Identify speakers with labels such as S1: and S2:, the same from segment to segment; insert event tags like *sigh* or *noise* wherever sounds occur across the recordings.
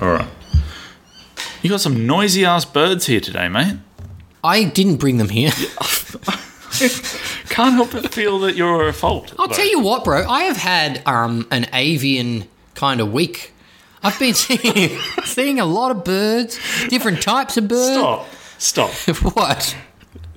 S1: All right. You got some noisy ass birds here today, mate.
S2: I didn't bring them here.
S1: Can't help but feel that you're at fault.
S2: *laughs* I'll tell you what, bro. I have had um, an avian kind of week. I've been *laughs* seeing, seeing a lot of birds, different types of birds.
S1: Stop. Stop.
S2: *laughs* What?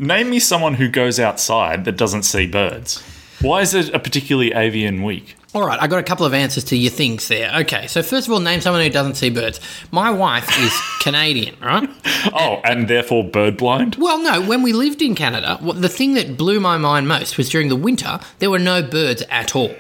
S1: Name me someone who goes outside that doesn't see birds. Why is it a particularly avian week?
S2: All right, I got a couple of answers to your things there. Okay, so first of all, name someone who doesn't see birds. My wife is Canadian, right?
S1: Oh, and therefore bird blind?
S2: Well, no, when we lived in Canada, what, the thing that blew my mind most was during the winter, there were no birds at all.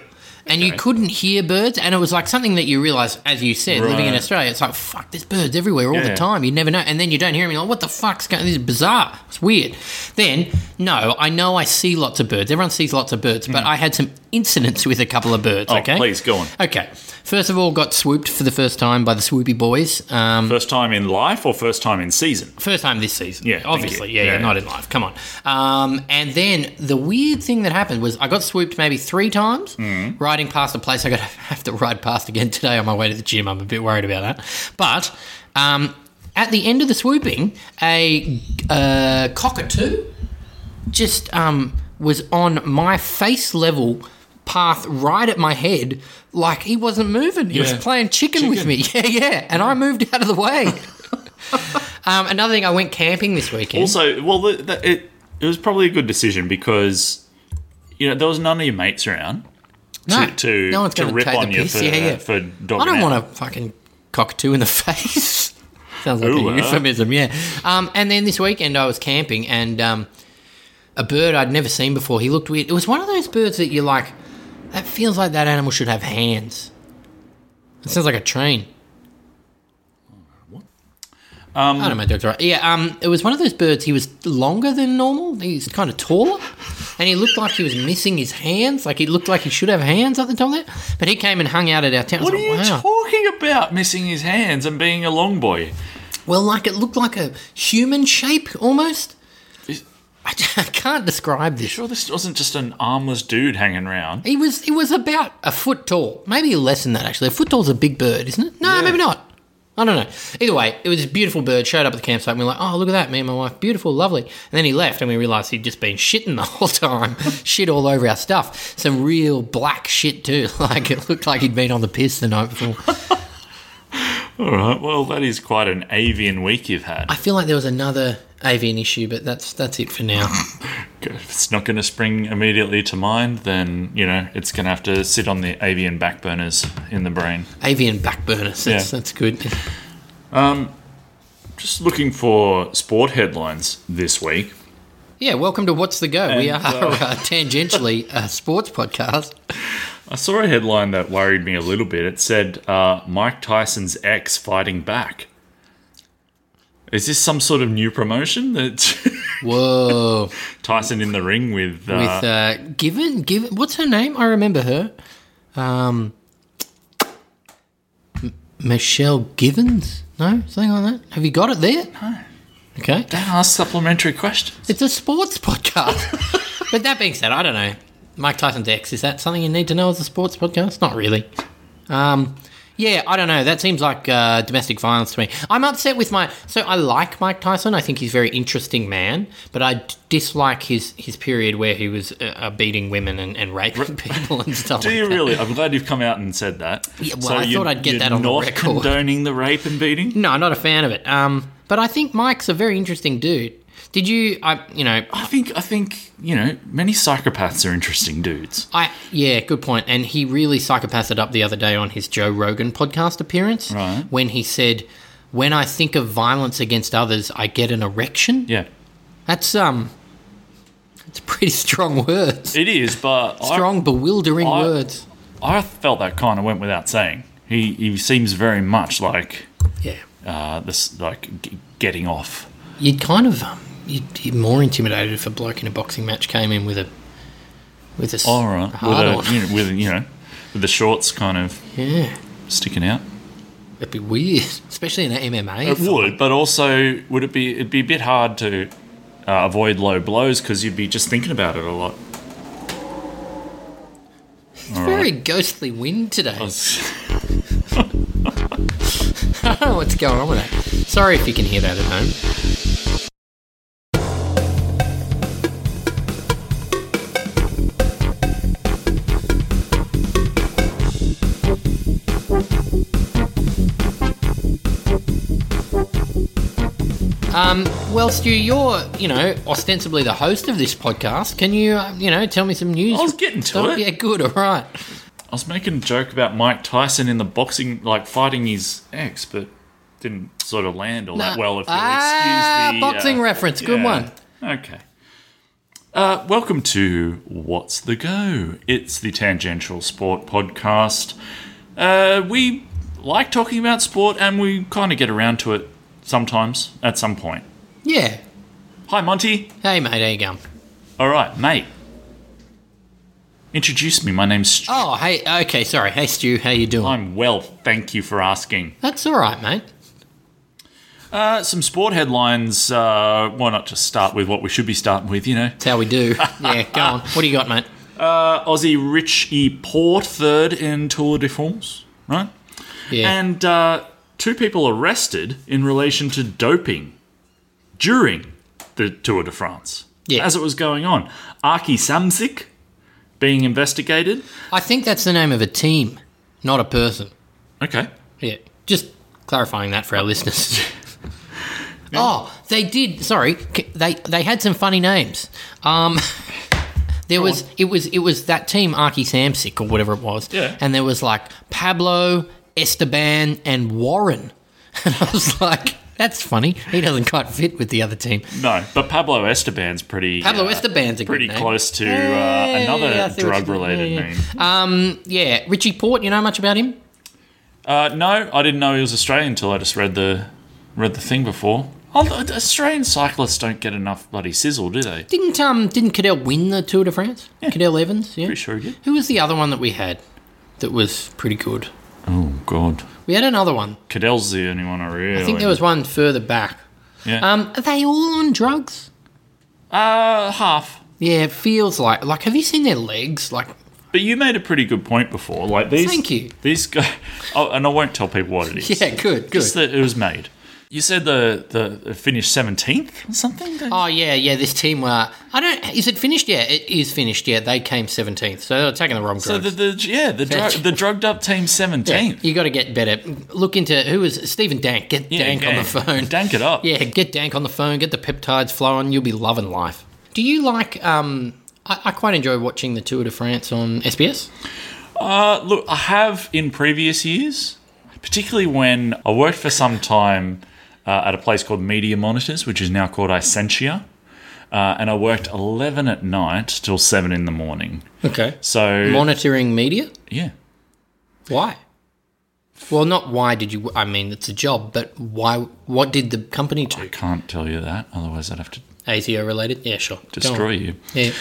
S2: And you couldn't hear birds, and it was like something that you realise, as you said, living in
S1: Right.
S2: Australia, it's like, fuck, there's birds everywhere all
S1: Yeah.
S2: the time. You never know. And then you don't hear them, you're like, what the fuck's going This is bizarre. It's weird. Then, no, I know I see lots of birds. Everyone sees lots of birds, but I had some incidents with a couple of birds, okay?
S1: Hmm. Oh, please, go on.
S2: Okay. First of all, got swooped for the first time by the swoopy boys. Um,
S1: First time in life or first time in season?
S2: First time this season.
S1: Yeah, thank
S2: Obviously.
S1: you.
S2: Yeah, yeah,
S1: Yeah,
S2: not in life. Come on. Um, and then the weird thing that happened was I got swooped maybe three times
S1: Mm.
S2: riding past a place I got to *laughs* have to ride past again today on my way to the gym. I'm a bit worried about that. But um, at the end of the swooping, a uh, cockatoo just um, was on my face level path right at my head like he wasn't moving he was
S1: Yeah.
S2: playing chicken, with me *laughs* yeah yeah and i moved out of
S1: *laughs*
S2: the way um, another thing, I went camping this weekend.
S1: Also, well, the, the, it, it was probably a good decision because, you know, there was none of your mates around
S2: no,
S1: to, to,
S2: no one's
S1: to
S2: going
S1: rip
S2: take
S1: on
S2: the
S1: you
S2: piss.
S1: for,
S2: yeah, yeah.
S1: for dogging
S2: I don't
S1: out.
S2: want a fucking cockatoo in the *laughs* face. Sounds like
S1: Ooh,
S2: a
S1: uh.
S2: euphemism, yeah. Um, and then this weekend I was camping and um, a bird I'd never seen before. He looked weird. It was one of those birds that you're like, that feels like that animal should have hands. It sounds like a train. Um, I don't know, that's right. Yeah, um, it was one of those birds. He was longer than normal. He's kind of taller, and he looked like he was missing his hands. Like he looked like he should have hands at the top of there. But he came and hung out at our tent. I was
S1: What are you
S2: like, wow.
S1: talking about? Missing his hands and being a long boy.
S2: well, like it looked like a human shape almost. I *laughs* I can't describe this.
S1: Sure, this wasn't just an armless dude hanging around.
S2: He was he was about a foot tall, maybe less than that actually. A foot tall's a big bird, isn't it? No, maybe not. I don't know. Either way, it was a beautiful bird. Showed up at the campsite, and we were like, "Oh, look at that!" Me and my wife, beautiful, lovely. And then he left, and we realised he'd just been shitting the *laughs* whole time, shit all over our stuff. Some real black shit too. *laughs* Like it looked like he'd been on the piss the night before.
S1: All right, well, that is quite an avian week you've had.
S2: I feel like there was another avian issue, but that's that's it for now.
S1: If it's not going to spring immediately to mind, then, you know, it's going to have to sit on the avian back burners in the brain.
S2: avian back burners. That's,
S1: Yeah.
S2: that's good.
S1: Just looking for sport headlines this week.
S2: Yeah, welcome to What's the Go. we are
S1: And,
S2: uh, tangentially a sports podcast.
S1: I saw a headline that worried me a little bit. It said uh, Mike Tyson's ex fighting back. Is this some sort of new promotion that *laughs*
S2: Whoa.
S1: Tyson in the ring with? Uh,
S2: with uh, given given what's her name? I remember her. Um, M- Michelle Givens? No, something like that. Have you got it there? No. Okay.
S1: Don't ask supplementary questions.
S2: It's a
S1: *laughs*
S2: sports podcast. but that being said, I don't know. Mike Tyson's ex, is that something you need to know as a sports podcast? Not really. Um, yeah, I don't know. That seems like uh, domestic violence to me. I'm upset with my. So I like Mike Tyson. I think he's a very interesting man, but I d- dislike his, his period where he was uh, uh, beating women and, and raping people
S1: *laughs*
S2: and stuff.
S1: Do
S2: like
S1: you
S2: that.
S1: really? I'm glad you've come out and said that.
S2: Yeah, well, I thought I'd get
S1: you're
S2: that on the
S1: not
S2: record.
S1: condoning the rape and beating.
S2: No, I'm not a fan of it. Um, but I think Mike's a very interesting dude. Did you? I you know
S1: I think I think you know many psychopaths are interesting dudes.
S2: I yeah, good point. And he really psychopathed it up the other day on his Joe Rogan podcast appearance
S1: Right.
S2: when he said, "When I think of violence against others, I get an erection."
S1: Yeah,
S2: That's um, that's pretty strong words.
S1: it is. But I,
S2: strong, bewildering
S1: I-
S2: words.
S1: I felt that kind of went without saying. He he seems very much like
S2: Yeah,
S1: uh, this like g- getting off.
S2: you'd kind of um, you'd be more intimidated if a bloke in a boxing match came in with a with a s-
S1: All right,
S2: hard on.
S1: with a, you know, with you know with the shorts kind of
S2: Yeah,
S1: sticking out.
S2: that'd be weird, *laughs* especially in an MMA.
S1: It would, but also would it be? It'd be a bit hard to uh, avoid low blows because you'd be just thinking about it a lot.
S2: It's very ghostly wind today.
S1: It's-
S2: I don't know *laughs* what's going on with that. Sorry if you can hear that at home. Um, well, Stu, you're, you know, ostensibly the host of this podcast. Can you, uh, you know, tell me some news?
S1: I was getting to
S2: Stuff?
S1: it.
S2: Yeah, good, all right.
S1: I was making a joke about Mike Tyson in the boxing, like fighting his ex, but didn't sort of land all that
S2: No.
S1: well. If you'll
S2: Ah,
S1: excuse the uh,
S2: boxing reference. Good one.
S1: Okay. Uh, welcome to What's the Go? It's the Tangential Sport Podcast. Uh, we like talking about sport, and we kind of get around to it sometimes at some point.
S2: Yeah.
S1: Hi, Monty.
S2: Hey, mate, how you going?
S1: All right, mate. Introduce me. My name's. Stu.
S2: Oh, hey, okay, sorry. Hey, Stu, how you doing?
S1: I'm well. Thank you for asking.
S2: That's all right, mate.
S1: Uh, some sport headlines. Uh, why not just start with what we should be starting with? You know,
S2: That's how
S1: *laughs*
S2: we do. yeah, go on. What do you got, mate?
S1: uh, Aussie Richie Port third in Tour de France, right?
S2: Yeah.
S1: And uh, two people arrested in relation to doping during the Tour de France.
S2: Yeah.
S1: As it was going on. Arki Samsic being investigated.
S2: I think that's the name of a team, not a person.
S1: Okay.
S2: Yeah. Just clarifying that for our listeners. *laughs* Oh, they did. Sorry, c- they they had some funny names. Um, *laughs* there was it was it was that team Archie Samsic or whatever it was.
S1: Yeah.
S2: And there was like Pablo, Esteban, and Warren. *laughs* And I was like, that's funny. He doesn't quite fit with the other team.
S1: No, but Pablo Esteban's pretty.
S2: Pablo
S1: uh,
S2: Esteban's a good
S1: Pretty
S2: name.
S1: close to uh,
S2: Hey, I
S1: another
S2: see what you did
S1: drug related
S2: there, yeah.
S1: name.
S2: Yeah, Richie Port. You know much about him?
S1: Uh, no, I didn't know he was Australian until I just read the read the thing before. Oh, the- Australian cyclists don't get enough bloody sizzle, do they?
S2: Didn't um didn't Cadell win the Tour de France? Cadell Evans, yeah.
S1: Pretty sure he did.
S2: Who was the other one that we had that was pretty good?
S1: Oh God,
S2: We had another one.
S1: Cadell's the only one I really.
S2: I think there was one further back.
S1: yeah.
S2: Um, are they all on drugs?
S1: uh, half.
S2: Yeah, it feels like like have you seen their legs? Like
S1: But you made a pretty good point before. Like these.
S2: Thank you.
S1: These guys. *laughs* Oh, and I won't tell people what it is.
S2: yeah, good,
S1: Just
S2: good.
S1: that it was made. You said the the it finished seventeenth or something. don't you?
S2: Oh yeah, yeah. This team were I don't. Is it finished? Yeah, it is finished. Yeah, they came seventeenth, so they were taking the wrong drugs.
S1: so the, the yeah the drug, the drugged up team seventeenth.
S2: you got to get better. Look into who was Stephen Dank. Get Dank on the phone.
S1: Dank it up.
S2: Yeah, get Dank on the phone, get the peptides flowing, you'll be loving life. Do you like, um, I, I quite enjoy watching the Tour de France on SBS.
S1: Uh, look, I have in previous years, particularly when I worked for some time uh, at a place called Media Monitors, which is now called Essentia. Uh, and I worked 11 at night till 7 in the morning.
S2: Okay.
S1: So,
S2: Monitoring media?
S1: yeah.
S2: Why? Well, not why did you, I mean, it's a job, but why, what did the company
S1: I
S2: do?
S1: can't tell you that. Otherwise, I'd have to
S2: ATO related? Yeah, sure. Go on.
S1: destroy you.
S2: Yeah.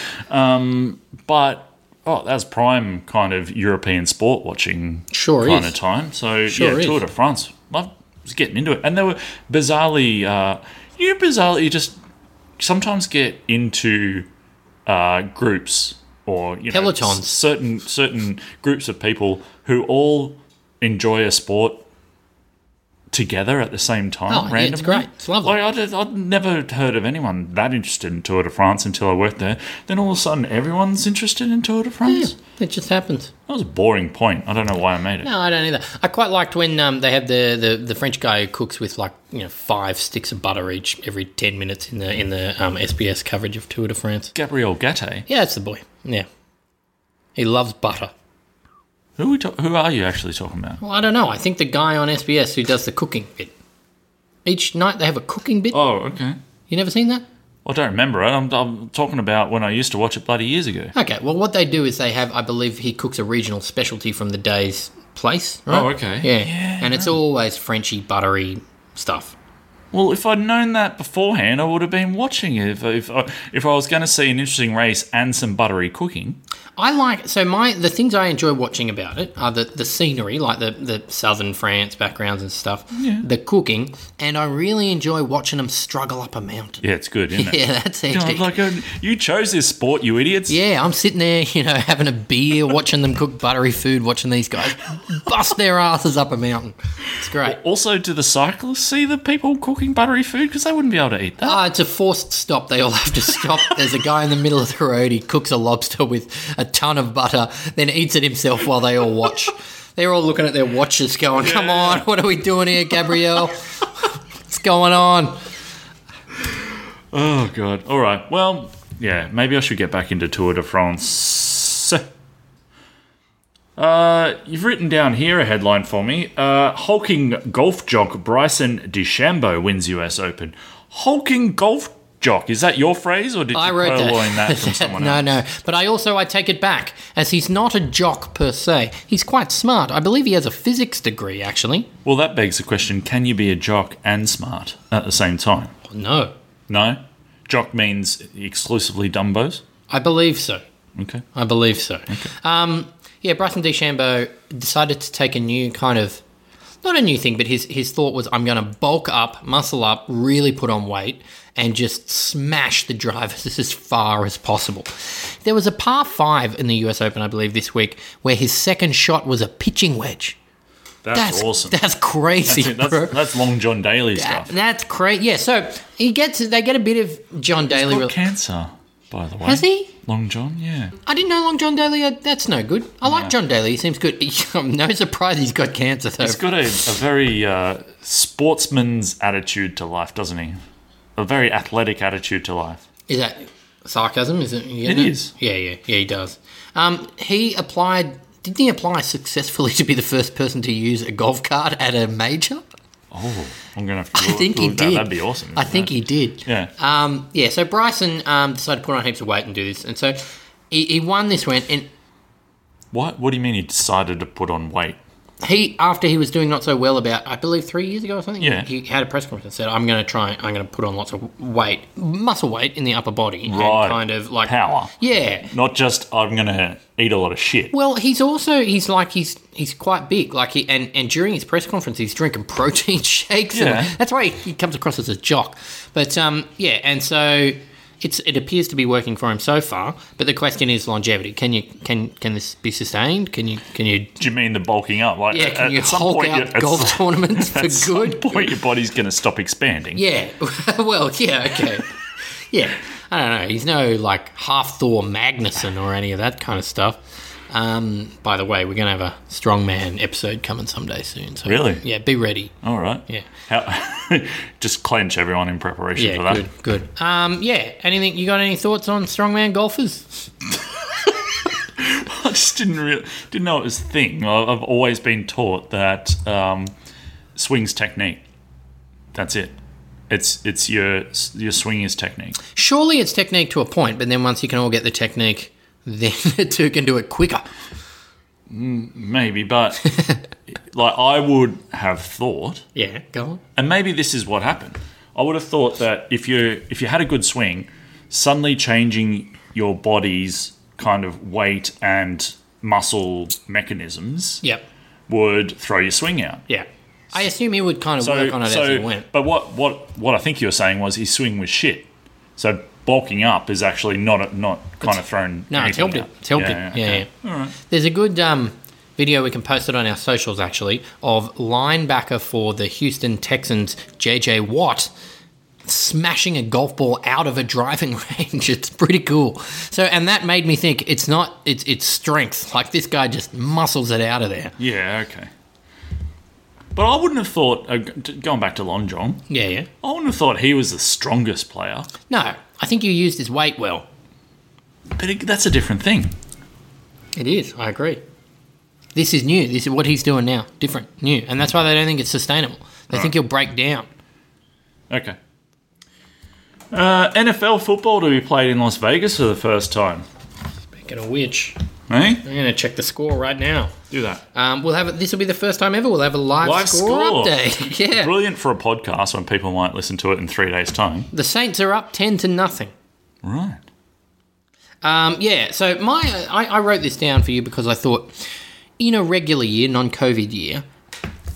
S1: But, oh, that was prime kind of European sport watching
S2: Sure
S1: kind
S2: is.
S1: of time. So,
S2: Sure
S1: yeah,
S2: is.
S1: Tour de France. I was getting into it. And there were bizarrely, uh, you bizarrely just sometimes get into uh, groups or, you know,
S2: Pelotons.
S1: s- certain, certain groups of people who all enjoy a sport together at the same time
S2: Oh, yeah,
S1: randomly.
S2: it's great. It's lovely.
S1: Like, I'd, I'd never heard of anyone that interested in Tour de France until I worked there. Then all of a sudden, everyone's interested in Tour de
S2: Yeah,
S1: France.
S2: it just happens.
S1: That was a boring point. I don't know why I made it.
S2: Hmm. No, I don't either. I quite liked when um, they had the, the, the French guy who cooks with like you know five sticks of butter each every ten minutes in the in the um, SBS coverage of Tour de France.
S1: Gabriel Gatte.
S2: Yeah, it's the boy. Yeah, he loves butter.
S1: Who are, we ta- who are you actually talking about?
S2: Well, I don't know. I think the guy on SBS who does the cooking bit. Each night they have a cooking bit.
S1: Oh, okay.
S2: You never seen that?
S1: I don't remember it. I'm, I'm talking about when I used to watch it bloody years ago.
S2: Okay. Well, what they do is they have, I believe, he cooks a regional specialty from the day's place. Right?
S1: Oh, okay.
S2: Yeah.
S1: Yeah,
S2: and it's always Frenchy buttery stuff.
S1: Well, if I'd known that beforehand, I would have been watching it. If, if, I- if I was going to see an interesting race and some buttery cooking,
S2: I like so my the things I enjoy watching about it are the the scenery, like the the southern France backgrounds and stuff, the cooking, and I really enjoy watching them struggle up a mountain.
S1: yeah, it's good, isn't it?
S2: *laughs* Yeah, that's
S1: You know,
S2: hectic.
S1: like, uh, you chose this sport, you idiots.
S2: yeah, I'm sitting there, *laughs* you know, having a beer, watching them cook buttery food, watching these guys bust their asses up a mountain. It's great.
S1: Also, do the cyclists see the people cooking buttery food? Because they wouldn't be able to eat that.
S2: Ah, it's a forced stop. They all have to stop. There's a guy in the middle of the road. He cooks a lobster with a ton of butter, then eats it himself while they all watch. They're all looking at their watches, going, "Come on, what are we doing here, Gabrielle? What's going on?"
S1: Oh, God. All right. Well, yeah, maybe I should get back into Tour de France. Uh, you've written down here a headline for me. Uh, hulking golf jock Bryson DeChambeau wins US Open. Hulking golf jock. Is that your phrase or did
S2: I
S1: you
S2: wrote that.
S1: purloin that,
S2: *laughs*
S1: from someone
S2: no,
S1: else?
S2: no. But I also I take it back, as he's not a jock per se. He's quite smart. I believe he has a physics degree, actually.
S1: Well, that begs the question can you be a jock and smart at the same time?
S2: No,
S1: No? Jock means exclusively Dumbos?
S2: I believe so.
S1: Okay.
S2: I believe so. Um, yeah, Bryson DeChambeau decided to take a new kind of, not a new thing, but his his thought was, I'm going to bulk up, muscle up, really put on weight, and just smash the drivers *laughs* as far as possible. There was a par five in the U.S. Open, I believe, this week, where his second shot was a pitching wedge.
S1: That's,
S2: That's
S1: awesome.
S2: That's crazy,
S1: That's,
S2: bro.
S1: that's, that's Long John Daly
S2: That-
S1: stuff.
S2: that's great. Yeah, so he gets they get a bit of John Daly.
S1: Got
S2: rel-
S1: cancer, by the way.
S2: Has he?
S1: Long John, yeah.
S2: I didn't know Long John Daly. Had, that's no good. I like John Daly. He seems good. *laughs* I'm no surprise he's got cancer though.
S1: He's got a, a very uh, sportsman's attitude to life, doesn't he? A very athletic attitude to life.
S2: Is that sarcasm? Is it? You
S1: It
S2: know?
S1: is.
S2: Yeah, yeah, yeah. He does. Um, he applied. Didn't he apply successfully *laughs* to be the first person to use a golf cart at a major?
S1: Oh, I'm going to have to
S2: I
S1: look-
S2: think he
S1: look that.
S2: did.
S1: That'd be awesome.
S2: I
S1: isn't
S2: think
S1: it?
S2: he did.
S1: Yeah.
S2: Um, yeah. So Bryson um, decided to put on heaps of weight and do this, and so he, he won this win. And
S1: What, what do you mean he decided to put on weight?
S2: he after he was doing not so well about I believe three years ago or something.
S1: Yeah.
S2: he had a press conference and said, "I'm going to try. I'm going to put on lots of weight, muscle weight in the upper body, and
S1: Right.
S2: kind of like
S1: Power.
S2: Yeah.
S1: Not just, I'm going to eat a lot of shit.
S2: Well, he's also he's like he's he's quite big. Like he and, and during his press conference, he's drinking *laughs* protein shakes. and-
S1: Yeah.
S2: that's why he, he comes across as a jock. But um, yeah, and so. It's, it appears to be working for him so far, but the question is longevity. Can you can can this be sustained? Can you can you
S1: Do you mean the bulking up? Like,
S2: yeah
S1: at,
S2: can you
S1: at some
S2: Hulk
S1: point,
S2: out
S1: you- at
S2: golf
S1: *laughs* some-
S2: tournaments for
S1: at some
S2: good?
S1: point, your body's going to stop expanding.
S2: Yeah. *laughs* well, yeah, okay. yeah. I don't know. He's no like half Thor Magnuson or any of that kind of stuff. Um, by the way, we're going to have a strongman episode coming someday soon. So
S1: Really?
S2: Yeah, be ready.
S1: All right.
S2: Yeah.
S1: How, *laughs* just clench everyone in preparation for
S2: Yeah,
S1: that.
S2: good, good. Um, yeah, anything you got any thoughts on strongman golfers?
S1: *laughs* I just didn't real, didn't know it was a thing. I- I've always been taught that um, swings technique. That's it. It's it's your your swing is technique.
S2: Surely it's technique to a point, but then once you can all get the technique, *laughs* then the two can do it quicker.
S1: Maybe,
S2: *laughs*
S1: but like I would have thought,
S2: Yeah, go on.
S1: and maybe this is what happened. I would have thought that if you if you had a good swing, suddenly changing your body's kind of weight and muscle mechanisms
S2: Yep.
S1: would throw your swing out.
S2: Yeah. I assume he would kind of work on it as he went.
S1: But what, what, what I think you were saying was his swing was shit. So bulking up is actually not not kind of thrown.
S2: No,
S1: anything
S2: it's helped him.
S1: out.
S2: It's helped him. Yeah,
S1: okay.
S2: yeah. There's a good um, video we can post it on our socials actually of linebacker for the Houston Texans, JJ Watt, smashing a golf ball out of a driving *laughs* range. It's pretty cool. So, and that made me think it's not it's it's strength. Like this guy just muscles it out of there.
S1: Yeah, okay. But I wouldn't have thought, uh, g- going back to Long John,
S2: Yeah, yeah.
S1: I wouldn't have thought he was the strongest player.
S2: No, I think you used his weight well.
S1: But it, that's a different thing.
S2: It is. I agree. This is new. This is what he's doing now. Different, new, and that's why they don't think it's sustainable. They think he'll break down.
S1: Okay. Uh, NFL football to be played in Las Vegas for the first time.
S2: Speaking of which,
S1: Eh?
S2: I'm going to check the score right now.
S1: Do that.
S2: Um, we'll have this will be the first time ever we'll have a live,
S1: Live
S2: score,
S1: score.
S2: update. *laughs* yeah,
S1: Brilliant for a podcast when people might listen to it in three days' time.
S2: the Saints are up ten to nothing.
S1: Right.
S2: Um, yeah, so my I, I wrote this down for you because I thought in a regular year, non-COVID year.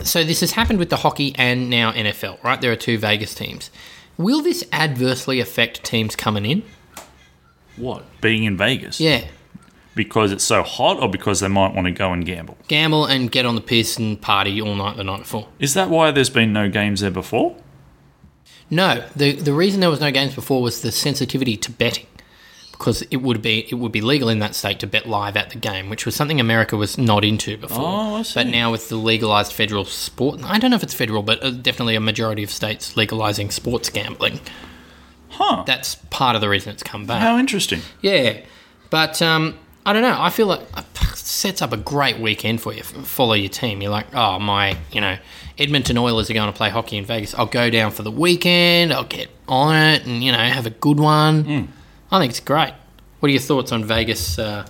S2: So this has happened with the hockey and now NFL, right? There are two Vegas teams. Will this adversely affect teams coming in?
S1: What? Being in Vegas.
S2: Yeah,
S1: Because it's so hot or because they might want to go and gamble?
S2: gamble and get on the piss and party all night the night before.
S1: Is that why there's been no games there before?
S2: No, the the reason there was no games before was the sensitivity to betting, because it would be it would be legal in that state to bet live at the game, which was something America was not into before.
S1: Oh, I see.
S2: But now with the legalized federal sport, I don't know if it's federal, but uh, definitely a majority of states legalizing sports gambling.
S1: Huh.
S2: That's part of the reason it's come back.
S1: How interesting.
S2: Yeah, but um, I don't know. I feel like uh, it sets up a great weekend for you. F- Follow your team. You're like, oh my, you know, Edmonton Oilers are going to play hockey in Vegas. I'll go down for the weekend. I'll get on it and you know have a good one. I think it's great. What are your thoughts on Vegas? Uh,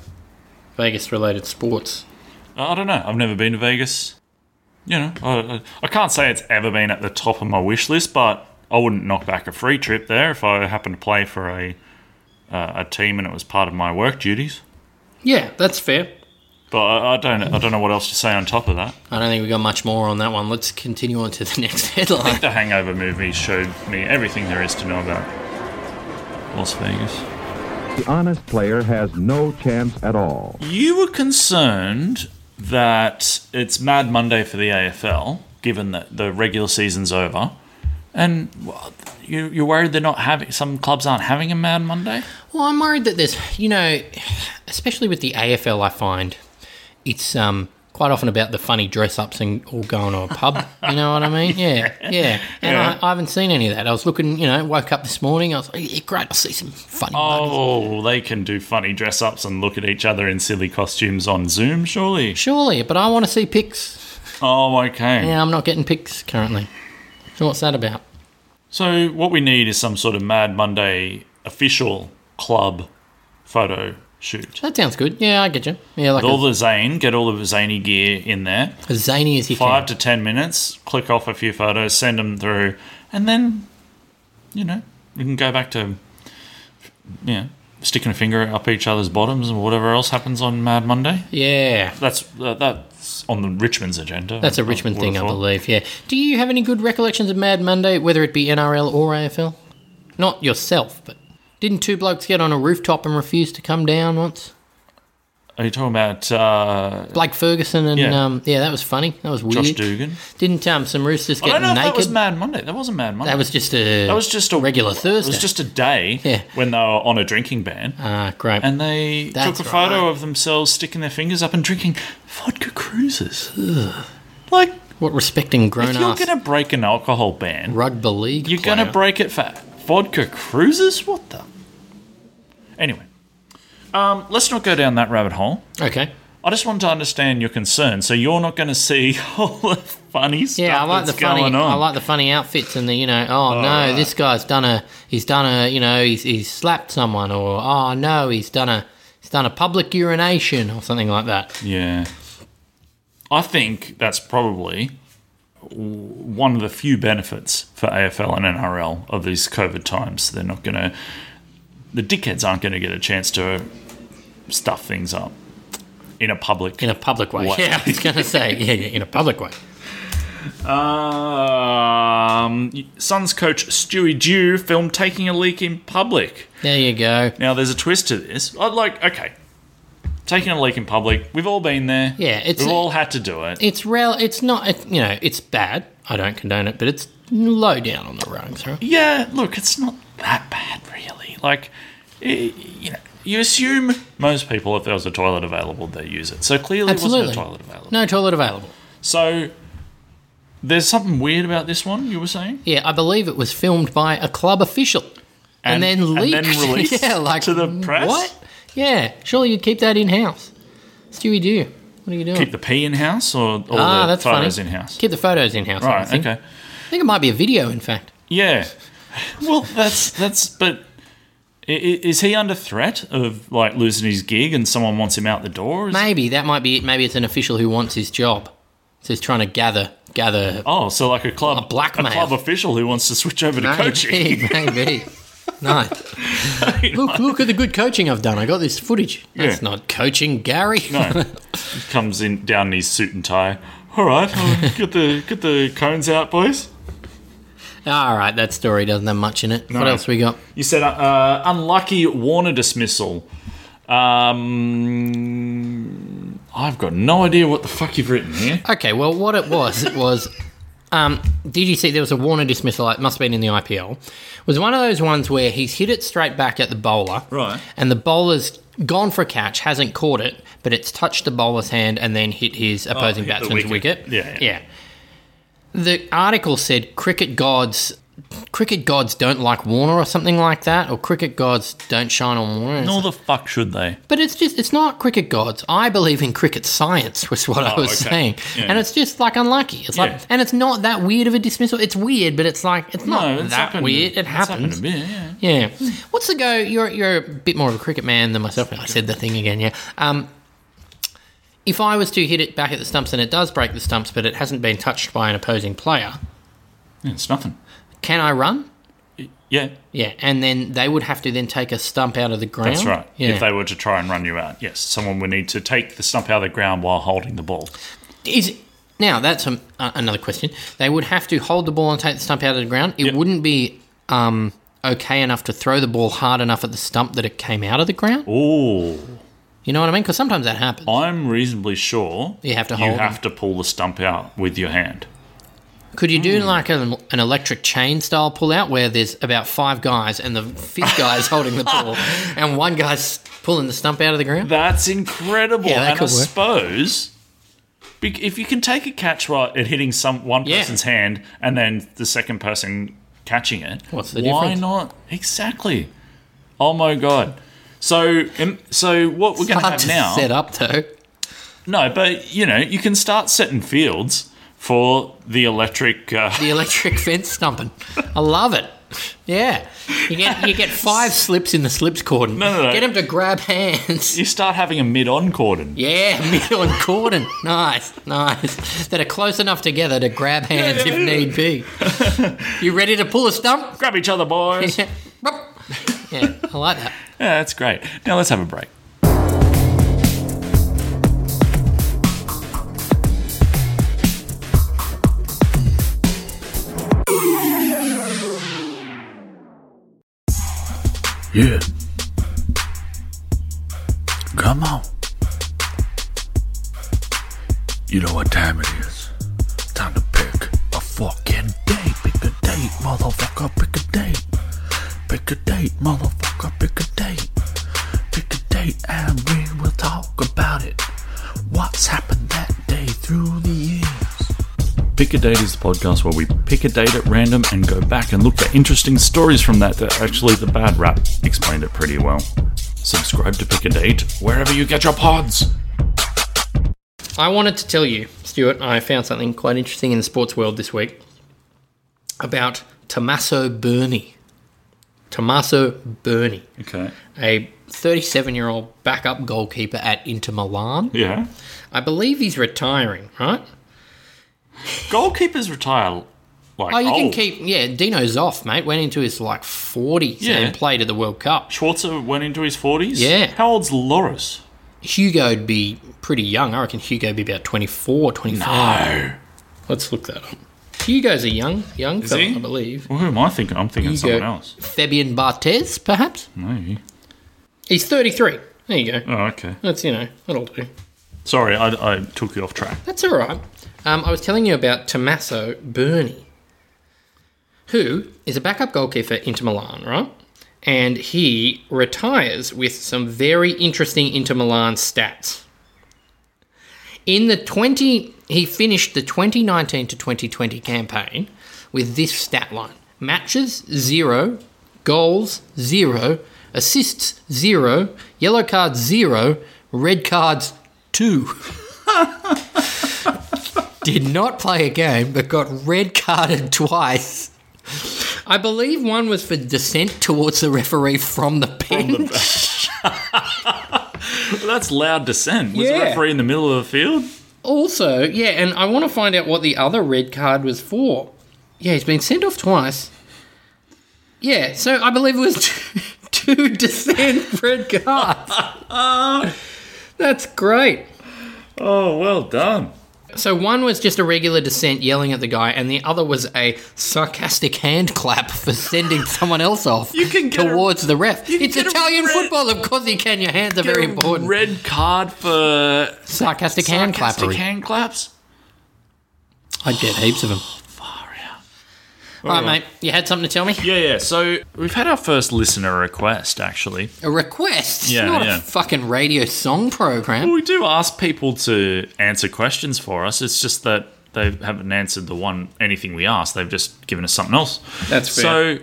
S2: Vegas related sports.
S1: I I don't know. I've never been to Vegas. You know, I, I- I can't say it's ever been at the top of my wish list, but I wouldn't knock back a free trip there if I happened to play for a uh, a team and it was part of my work duties.
S2: Yeah, that's fair.
S1: But I, I don't I don't know what else to say on top of that.
S2: I don't think we got much more on that one. Let's continue on to the *laughs* next headline.
S1: The Hangover movie showed me everything there is to know about Las Vegas.
S3: The honest player has no chance at all.
S1: You were concerned that it's Mad Monday for the AFL, given that the regular season's over, and well, you, you're worried they're not having some clubs aren't having a Mad Monday.
S2: Well, I'm worried that there's, you know, especially with the AFL, I find it's um, quite often about the funny dress ups and all going to a pub. you know what
S1: *laughs*
S2: I mean? Yeah, yeah. And
S1: Yeah.
S2: I, I haven't seen any of that. I was looking, you know, woke up this morning. I was like, yeah, great. I'll see some funny. Oh.
S1: Oh, they can do funny dress ups and look at each other in silly costumes on Zoom, surely.
S2: Surely, but I want to see pics.
S1: Oh, okay.
S2: Yeah, I'm not getting pics currently. So what's that about?
S1: So what we need is some sort of Mad Monday official club photo shoot.
S2: That sounds good. Yeah, I get you. Yeah, like
S1: All
S2: a,
S1: the Zane, get all of the zany gear in there.
S2: as zany as you
S1: five to
S2: can.
S1: ten minutes, click off a few photos, send them through, and then, you know, we can go back to, you know, sticking a finger up each other's bottoms and whatever else happens on Mad Monday.
S2: Yeah.
S1: That's uh, that's on the Richmond's agenda.
S2: That's a
S1: I
S2: Richmond
S1: would've
S2: thing, I
S1: thought.
S2: believe. Yeah. Do you have any good recollections of Mad Monday, whether it be NRL or AFL? Not yourself, but didn't two blokes get on a rooftop and refuse to come down once?
S1: Are you talking about uh,
S2: Blake Ferguson and
S1: Yeah.
S2: yeah, um, yeah that was funny. That was weird.
S1: Josh Dugan?
S2: Didn't um, some roosters
S1: I
S2: get
S1: don't know if
S2: naked?
S1: that was Mad Monday. That wasn't Mad Monday.
S2: That was just a
S1: that was just a
S2: regular Thursday.
S1: It was just a day
S2: Yeah.
S1: when they were on a drinking ban.
S2: ah great.
S1: and they
S2: That's
S1: took a photo
S2: right.
S1: of themselves sticking their fingers up and drinking vodka cruises. Like,
S2: what respecting grown
S1: if you're
S2: ass
S1: going to break an alcohol ban,
S2: rugby league?
S1: you're going to
S2: player?
S1: break it for vodka cruises? What the? Anyway, um, let's not go down that rabbit hole.
S2: okay.
S1: I just want to understand your concern. So you're not going to see *laughs* all the funny stuff
S2: Yeah, I like the
S1: that's
S2: funny.
S1: going on.
S2: I like the funny outfits and the you know. Oh no, this guy's done a. He's done a. You know, he's, he's slapped someone, or oh no, he's done a. He's done a public urination or something like that.
S1: Yeah. I think that's probably w- one of the few benefits for AFL and NRL of these COVID times. They're not going to, the dickheads aren't going to get a chance to stuff things up in a public.
S2: In a public way.
S1: What?
S2: *laughs* Yeah, I was gonna say. Yeah, yeah, in a public way.
S1: um, Suns coach Stewie Dew filmed taking a leak in public.
S2: There you go.
S1: Now, there's a twist to this. I'd like, okay, taking a leak in public. We've all been there.
S2: Yeah, it's-
S1: we've all had to do it.
S2: It's real. It's not. It, you know, it's bad. I don't condone it, but it's low down on the rungs, right?
S1: yeah, look, it's not that bad, really. Like, i you know, you assume most people, if there was a toilet available, they use it. So clearly, there
S2: Absolutely.
S1: wasn't a toilet available.
S2: No toilet available.
S1: So there's something weird about this one. You were saying,
S2: Yeah, I believe it was filmed by a club official. and, then leaked. *laughs*
S1: and then released
S2: yeah,
S1: *laughs*
S2: like
S1: to the press.
S2: What? Yeah, surely you'd keep that in house. Stewie Dew, what are you doing?
S1: Keep the pee in house or all
S2: ah,
S1: the
S2: that's
S1: photos
S2: funny.
S1: in house.
S2: Keep the photos in house. I
S1: Right.
S2: would think.
S1: Okay.
S2: I think it might be a video, in fact.
S1: Yeah. Well, that's that's but I- i- Is he under threat of like losing his gig and someone wants him out the door? Is-
S2: Maybe that might be it. Maybe it's an official who wants his job, so he's trying to gather gather.
S1: Oh, so like a club
S2: A blackmail.
S1: club official who wants to switch over to coaching.
S2: maybe, *laughs* maybe.
S1: *laughs*
S2: No. Look, look at the good coaching I've done. I got this footage. That's
S1: Yeah.
S2: not coaching, Gary.
S1: *laughs* No. He comes in down in his suit and tie. All right, I'll *laughs* get the get the cones out, boys.
S2: *laughs* All right, that story doesn't have much in it. What else we got?
S1: You said uh, uh, unlucky Warner dismissal. Um, I've got no idea what the fuck you've written here.
S2: Okay, well, what it was, it was. Um, did you see there was a Warner dismissal? It must have been in the IPL. It was one of those ones where he's hit it straight back at the bowler,
S1: Right.
S2: And the bowler's gone for a catch, hasn't caught it, but it's touched the bowler's hand and then hit his opposing
S1: Oh, hit the
S2: batsman's
S1: wicket.
S2: wicket.
S1: Yeah,
S2: yeah. The article said cricket gods, cricket gods don't like Warner or something like that, or cricket gods don't shine on Warner. It's
S1: Nor the fuck should they.
S2: but it's just, it's not cricket gods. I believe in cricket science, was what I
S1: Oh,
S2: was
S1: okay.
S2: saying.
S1: Yeah.
S2: And it's just like unlucky. It's
S1: Yeah.
S2: like, and it's not that weird of a dismissal. It's weird, but it's like, it's not
S1: it's
S2: that
S1: happened-
S2: weird. It
S1: it's happened
S2: happens.
S1: a bit, yeah.
S2: Yeah. What's the go? You're, you're a bit more of a cricket man than myself. I said the thing again, yeah. Um, if I was to hit it back at the stumps and it does break the stumps, but it hasn't been touched by an opposing player,
S1: Yeah, It's nothing.
S2: can I run?
S1: Yeah,
S2: Yeah. And then they would have to then take a stump out of the ground.
S1: that's right.
S2: Yeah.
S1: If they were to try and run you out, yes, someone would need to take the stump out of the ground while holding the ball.
S2: Is now that's um, a, another question. They would have to hold the ball and take the stump out of the ground. It wouldn't be um, okay enough to throw the ball hard enough at the stump that it came out of the ground.
S1: Oh,
S2: You know what I mean? Because sometimes that happens.
S1: I'm reasonably sure
S2: You have to
S1: You
S2: hold
S1: have to pull the stump out with your hand.
S2: Could you
S1: Mm.
S2: do like an, an electric chain style pull out where there's about five guys and
S1: *laughs*
S2: the fifth guy is holding the ball and one guy's pulling the stump out of the ground?
S1: That's incredible.
S2: Yeah, that
S1: and I
S2: could work.
S1: suppose bec- if you can take a catch while at hitting some one
S2: Yeah.
S1: person's hand and then the second person catching it,
S2: What's the
S1: why
S2: difference?
S1: not? Exactly. Oh my god. So, um, so what we're going to
S2: Hard
S1: have
S2: to
S1: now?
S2: set up though.
S1: No, but you know, you can start setting fields for the electric. Uh, *laughs*
S2: The electric *laughs* fence stumping. I love it. Yeah, you get you get
S1: *laughs*
S2: five slips in the slips cordon.
S1: No, no, no.
S2: Get them to grab hands.
S1: you start having a mid-on cordon.
S2: Yeah, *laughs* middle and cordon. nice, nice. That are close enough together to grab hands if need be. You ready to pull a stump? *laughs*
S1: Grab each other, boys.
S2: yeah, I like that.
S1: Yeah, that's great. Now let's have a break.
S4: Yeah. Come on. You know what time it is. Time to pick a fucking date. Pick a date, motherfucker. Pick a date. Pick a date, motherfucker. Pick a date. Pick a date and we will talk about it. What's happened that day through the years?
S1: Pick a Date is the podcast where we pick a date at random and go back and look for interesting stories from that that actually the bad rap explained it pretty well. Subscribe to Pick a Date wherever you get your pods.
S2: I wanted to tell you, Stuart, I found something quite interesting in the sports world this week about Tommaso Berni. Tommaso Berni,
S1: Okay.
S2: a 37 year old backup goalkeeper at Inter Milan.
S1: Yeah.
S2: I believe he's retiring, right?
S1: Goalkeepers retire like
S2: Oh, you can
S1: old.
S2: keep. Yeah, Dino's off, mate. Went into his like 40s
S1: Yeah.
S2: and played at the World Cup.
S1: Schwarzer went into his 40s.
S2: Yeah.
S1: How old's Loris?
S2: Hugo'd be pretty young. I reckon Hugo'd be about 24, 25.
S1: No.
S2: Let's look that up. Hugo's a young, young fella,
S1: he?
S2: I believe.
S1: Well, who am I thinking? I'm thinking
S2: Hugo
S1: someone else.
S2: Fabian Barthez, perhaps?
S1: Maybe.
S2: He's 33. There you go.
S1: Oh, okay.
S2: That's, you know, that'll do.
S1: Sorry, I, I took you off track.
S2: That's all right. Um, I was telling you about Tommaso Berni, who is a backup goalkeeper into Milan, right? And he retires with some very interesting Inter Milan stats. In the 20, he finished the 2019 to 2020 campaign with this stat line matches zero, goals zero, assists zero, yellow cards zero, red cards two *laughs* did not play a game but got red carded *laughs* twice I believe one was for dissent towards the referee from the bench.
S1: Well, that's loud dissent. Was
S2: Yeah.
S1: the referee in the middle of the field?
S2: also, yeah, and I want to find out what the other red card was for. Yeah, he's been sent off twice. Yeah, so I believe it was *laughs* two, two dissent red cards. *laughs* That's great.
S1: Oh, well done.
S2: So one was just a regular dissent yelling at the guy, and the other was a sarcastic hand clap
S1: *laughs*
S2: for sending someone else off
S1: You can get a-
S2: towards the ref.
S1: you can
S2: It's
S1: get a
S2: Italian
S1: red-
S2: football, of course you can. Your hands are very
S1: Get a
S2: important.
S1: Red card for
S2: sarcastic, hand
S1: sarcastic
S2: clappery.
S1: hand claps.
S2: I'd get heaps of them. All right, mate. You had something to tell me?
S1: Oh, Yeah, yeah. So we've had our first listener request, actually.
S2: A request?
S1: Yeah,
S2: it's not
S1: yeah.
S2: a fucking radio song program.
S1: We do ask people to answer questions for us. It's just that they haven't answered the one anything we asked. They've just given us something else.
S2: That's
S1: So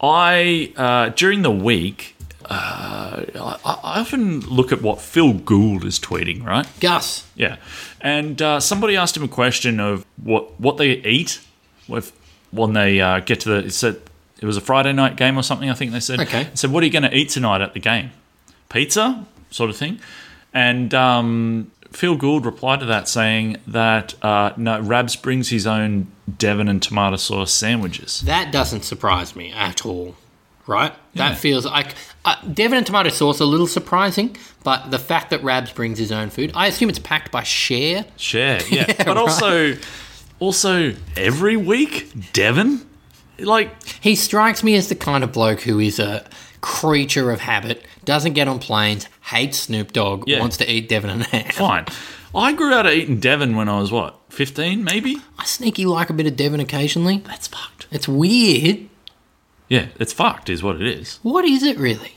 S1: I uh, during the week, uh, I, I often look at what Phil Gould is tweeting. Right?
S2: Gus.
S1: Yeah. And uh, somebody asked him a question of what what they eat with, when they uh, get to the. It said it was a Friday night game or something. I think they said.
S2: Okay.
S1: It said, "What are you going to eat tonight at the game? Pizza, sort of thing." And um, Phil Gould replied to that saying that uh, no, Rabs brings his own Devon and tomato sauce sandwiches.
S2: That doesn't surprise me at all, right? That feels like uh, Devon and tomato sauce a little surprising, but the fact that Rabs brings his own food, I assume it's packed by share.
S1: Share, yeah. *laughs* but also, also every week, Devon, like
S2: He strikes me as the kind of bloke who is a creature of habit, doesn't get on planes, hates Snoop Dogg,
S1: Yeah.
S2: wants to eat Devon and ham.
S1: fine. I grew out of eating Devon when I was what, 15 maybe?
S2: *laughs* I sneaky like a bit of Devon occasionally.
S1: That's fucked.
S2: It's weird.
S1: Yeah, it's fucked, is what it is.
S2: What is it really?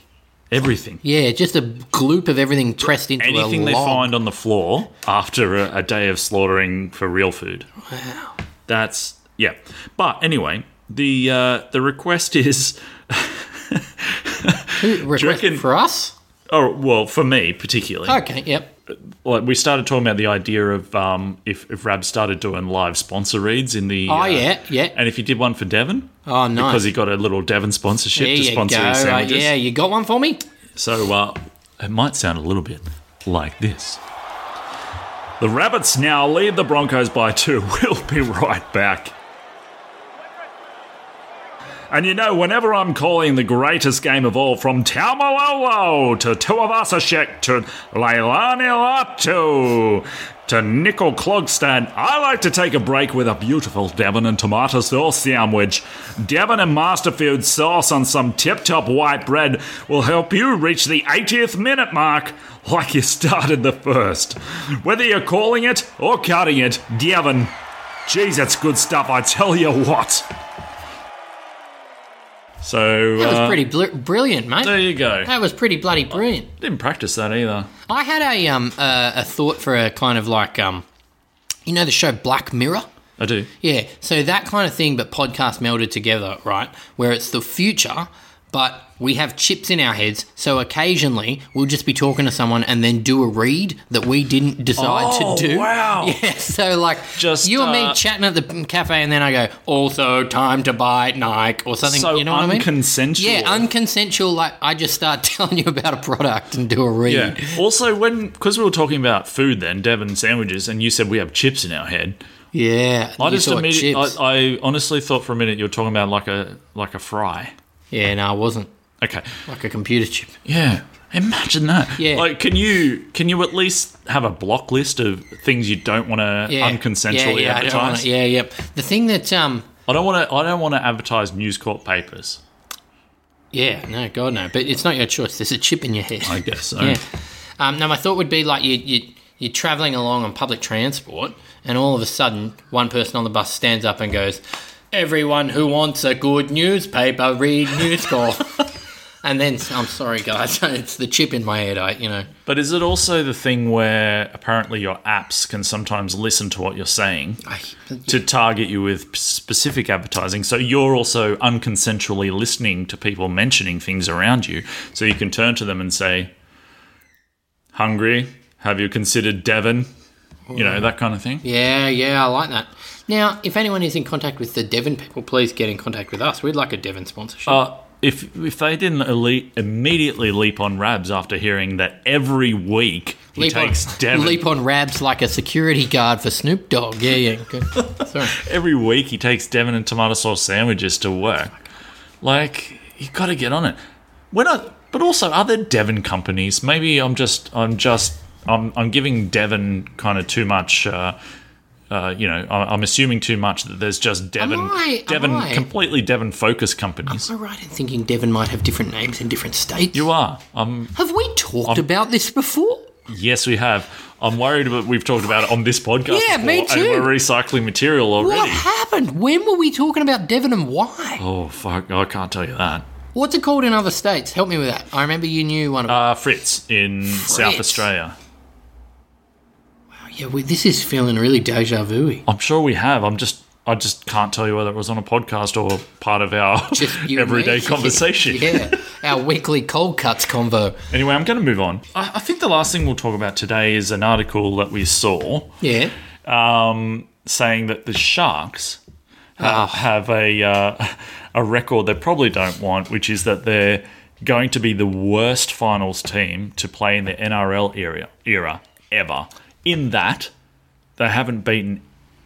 S1: Everything.
S2: Yeah, just a gloop of everything pressed into
S1: Anything
S2: a
S1: they
S2: log.
S1: find on the floor after a, a day of slaughtering for real food.
S2: Wow.
S1: That's, yeah. But anyway, the uh, the request is,
S2: Who- request
S1: reckon-
S2: for us?
S1: oh, well, for me particularly,
S2: Okay, yep.
S1: like we started talking about the idea of um, if, if Rab started doing live sponsor reads in the.
S2: Oh,
S1: uh,
S2: yeah, yeah.
S1: And if he did one for Devon.
S2: Oh, nice.
S1: Because he got a little Devon sponsorship
S2: there
S1: to
S2: you go.
S1: sponsor his
S2: right,
S1: sandwiches.
S2: yeah, you got one for me?
S1: So uh, it might sound a little bit like this. The Rabbits now lead the Broncos by two. *laughs* We'll be right back. And you know, whenever I'm calling the greatest game of all, from Taumalolo to Tuivasa-Sheck to Leilani Latu to Nickel Klogstad, I like to take a break with a beautiful Devon and tomato sauce sandwich. Devon and Masterfield sauce on some tip-top white bread will help you reach the 80th minute mark like you started the first. Whether you're calling it or cutting it, Devon. Geez, that's good stuff, I tell you what. So
S2: That was
S1: uh,
S2: pretty bl- brilliant, mate.
S1: there you go.
S2: That was pretty bloody brilliant.
S1: Didn't practice that either.
S2: I had a um a, a thought for a kind of like um, you know the show Black Mirror.
S1: I do.
S2: Yeah, so that kind of thing, but podcast melded together, right? Where it's the future, but we have chips in our heads, so occasionally we'll just be talking to someone and then do a read that we didn't decide
S1: Oh,
S2: to do. *laughs*
S1: wow.
S2: Yeah, so like
S1: Just,
S2: you and
S1: uh,
S2: me chatting at the cafe, and then I go, also time to buy Nike or something.
S1: So
S2: you know what I mean?
S1: unconsensual.
S2: Yeah, unconsensual. Like I just start *laughs* telling you about a product and do a read.
S1: Yeah. *laughs* Also, when because we were talking about food, then Devon sandwiches, and you said we have chips in our head.
S2: yeah.
S1: I
S2: you
S1: just
S2: thought
S1: immediately,
S2: chips.
S1: I, I honestly thought for a minute you were talking about like a like a fry.
S2: yeah, no, I wasn't
S1: Okay.
S2: like a computer chip.
S1: Yeah. Imagine that.
S2: Yeah.
S1: Like, can you can you at least have a block list of things you don't want to unconsensually
S2: yeah,
S1: advertise?
S2: I don't wanna, yeah, yep. The thing that, um,
S1: I don't want to. I don't want to advertise News Corp papers.
S2: yeah, no, God no, but it's not your choice. There's a chip in your head.
S1: I guess so.
S2: yeah. Um, now my thought would be like you, you, you're traveling along on public transport, and all of a sudden, one person on the bus stands up and goes, "Everyone who wants a good newspaper, read News
S1: *laughs*
S2: Corp." and then I'm sorry, guys, *laughs* it's the chip in my head. I, you know,
S1: But is it also the thing where apparently your apps can sometimes listen to what you're saying
S2: I,
S1: to target you with specific advertising? So you're also unconsensually listening to people mentioning things around you. So you can turn to them and say, Hungry? Have you considered Devon? you know, that kind of thing.
S2: Yeah, yeah, I like that. Now, if anyone is in contact with the Devon people, please get in contact with us. We'd like a Devon sponsorship.
S1: Uh, if if they didn't elite, immediately leap on Rabs after hearing that every week he takes
S2: *laughs* on,
S1: Devon,
S2: leap on Rabs like a security guard for Snoop Dogg. Yeah, yeah.
S1: *laughs*
S2: Good. Sorry.
S1: every week he takes Devon and tomato sauce sandwiches to work. Like you got to get on it. When I, but also other Devon companies. Maybe I'm just I'm just I'm I'm giving Devon kind of too much. Uh, uh, you know, I- I'm assuming too much that there's just Devon,
S2: Am I- am
S1: Devon,
S2: I?
S1: completely Devon focused companies.
S2: Am I right in thinking Devon might have different names in different states?
S1: You are. I'm
S2: have we talked about this before?
S1: Yes, we have. I'm worried that we've talked about it on this podcast.
S2: Yeah,
S1: before,
S2: me too.
S1: And we're recycling material
S2: What
S1: already.
S2: happened? When were we talking about Devon and why?
S1: Oh fuck! I can't tell you that.
S2: What's it called in other states? Help me with that. I remember you knew one of
S1: Uh, Fritz in South Australia.
S2: Yeah, we, this is feeling really deja vu
S1: I'm sure we have. I'm just. I just can't tell you whether it was on a podcast or part of our *laughs*
S2: *laughs*
S1: everyday conversation.
S2: yeah, our weekly cold cuts convo.
S1: Anyway, I'm going to move on. I, I think the last thing we'll talk about today is an article that we saw
S2: Yeah.
S1: um, saying that the sharks ha-
S2: Ah.
S1: have a uh, *laughs* a record they probably don't want, which is that they're going to be the worst finals team to play in the NRL era era ever. In that they haven't beaten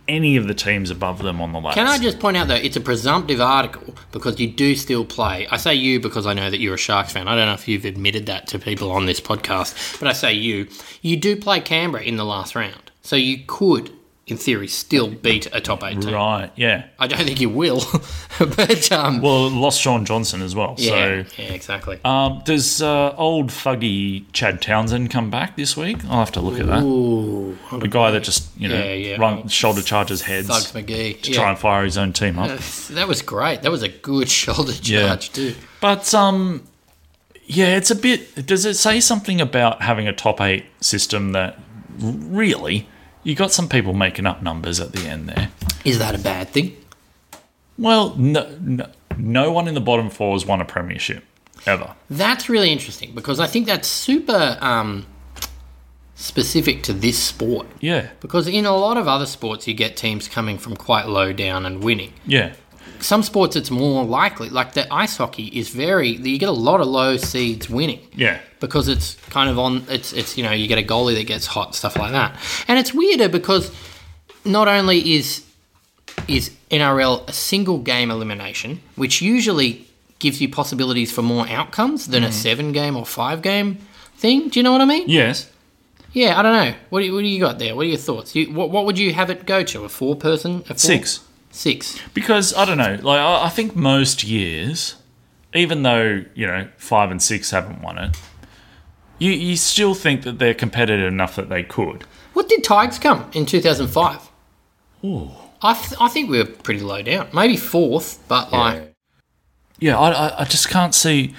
S1: any of the teams above them on the ladder.
S2: Can I just point out though, it's a presumptive article because you do still play. I say you because I know that you're a Sharks fan. I don't know if you've admitted that to people on this podcast, but I say you. You do play Canberra in the last round, so you could, in theory, still beat a top eight team.
S1: Right, yeah.
S2: I don't think you will, *laughs* but um,
S1: Well, lost Sean Johnson as well.
S2: yeah,
S1: So,
S2: yeah, exactly.
S1: um, does uh, old fuggy Chad Townsend come back this week? I'll have to look at that.
S2: Ooh,
S1: The guy that just you know
S2: Yeah, yeah.
S1: run, shoulder charges heads.
S2: Bugs McGee.
S1: to
S2: yeah.
S1: try and fire his own team up.
S2: That was great. That was a good *laughs* shoulder charge
S1: Yeah.
S2: too.
S1: But um, yeah, it's a bit. Does it say something about having a top eight system that really you got some people making up numbers at the end there?
S2: Is that a bad thing?
S1: Well, no, no, no one in the bottom four has won a premiership ever.
S2: That's really interesting because I think that's super um, specific to this sport.
S1: Yeah,
S2: Because in a lot of other sports, you get teams coming from quite low down and winning.
S1: yeah,
S2: Some sports, it's more likely. Like the ice hockey is very, you get a lot of low seeds winning.
S1: yeah.
S2: because it's kind of on it's it's you know you get a goalie that gets hot stuff like that and it's weirder because not only is is NRL a single game elimination which usually gives you possibilities for more outcomes than a seven game or five game thing do you know what I mean
S1: Yes.
S2: yeah I don't know what do you, what do you got there what are your thoughts you, what, what would you have it go to a four person a four?
S1: Six.
S2: six
S1: Because I don't know, like I, I think most years, even though you know five and six haven't won it, you you still think that they're competitive enough that they could.
S2: what did Tigers come in 2005 I, th- I think we were pretty low down maybe fourth but like
S1: yeah, I, I, I just can't see.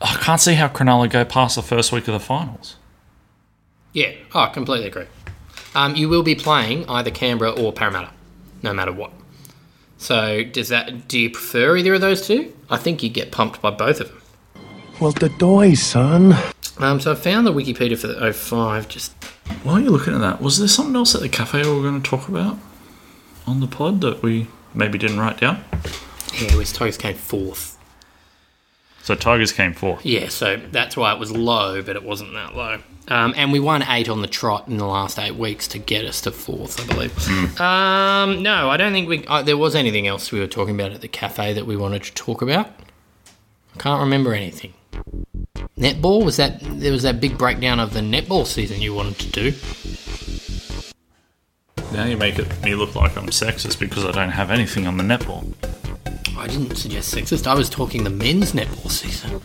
S1: I can't see how Cronulla go past the first week of the finals.
S2: Yeah, oh, I completely agree. Um, you will be playing either Canberra or Parramatta, no matter what. So, does that do you prefer either of those two? I think you get pumped by both of them.
S5: Well, the doy, son.
S2: Um, so I found the Wikipedia for the 05. Just
S1: Why are you looking at that? Was there something else at the cafe we were going to talk about on the pod that we maybe didn't write down?
S2: yeah, West Tigers came fourth.
S1: So Tigers came fourth.
S2: Yeah, so that's why it was low, but it wasn't that low. Um, and we won eight on the trot in the last eight weeks to get us to fourth, I believe. Um, no, I don't think we. Uh, there was anything else we were talking about at the cafe that we wanted to talk about. I can't remember anything. Netball was that there was that big breakdown of the netball season you wanted to do.
S1: Now you make it me look like I'm sexist because I don't have anything on the netball.
S2: I didn't suggest sexist. I was talking the men's netball season.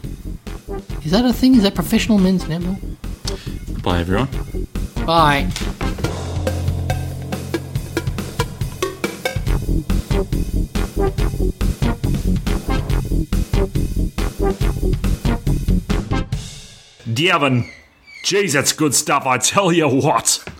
S2: Is that a thing? Is that professional men's netball?
S1: Bye everyone.
S2: Bye.
S1: Devon, geez, that's good stuff. I tell you what.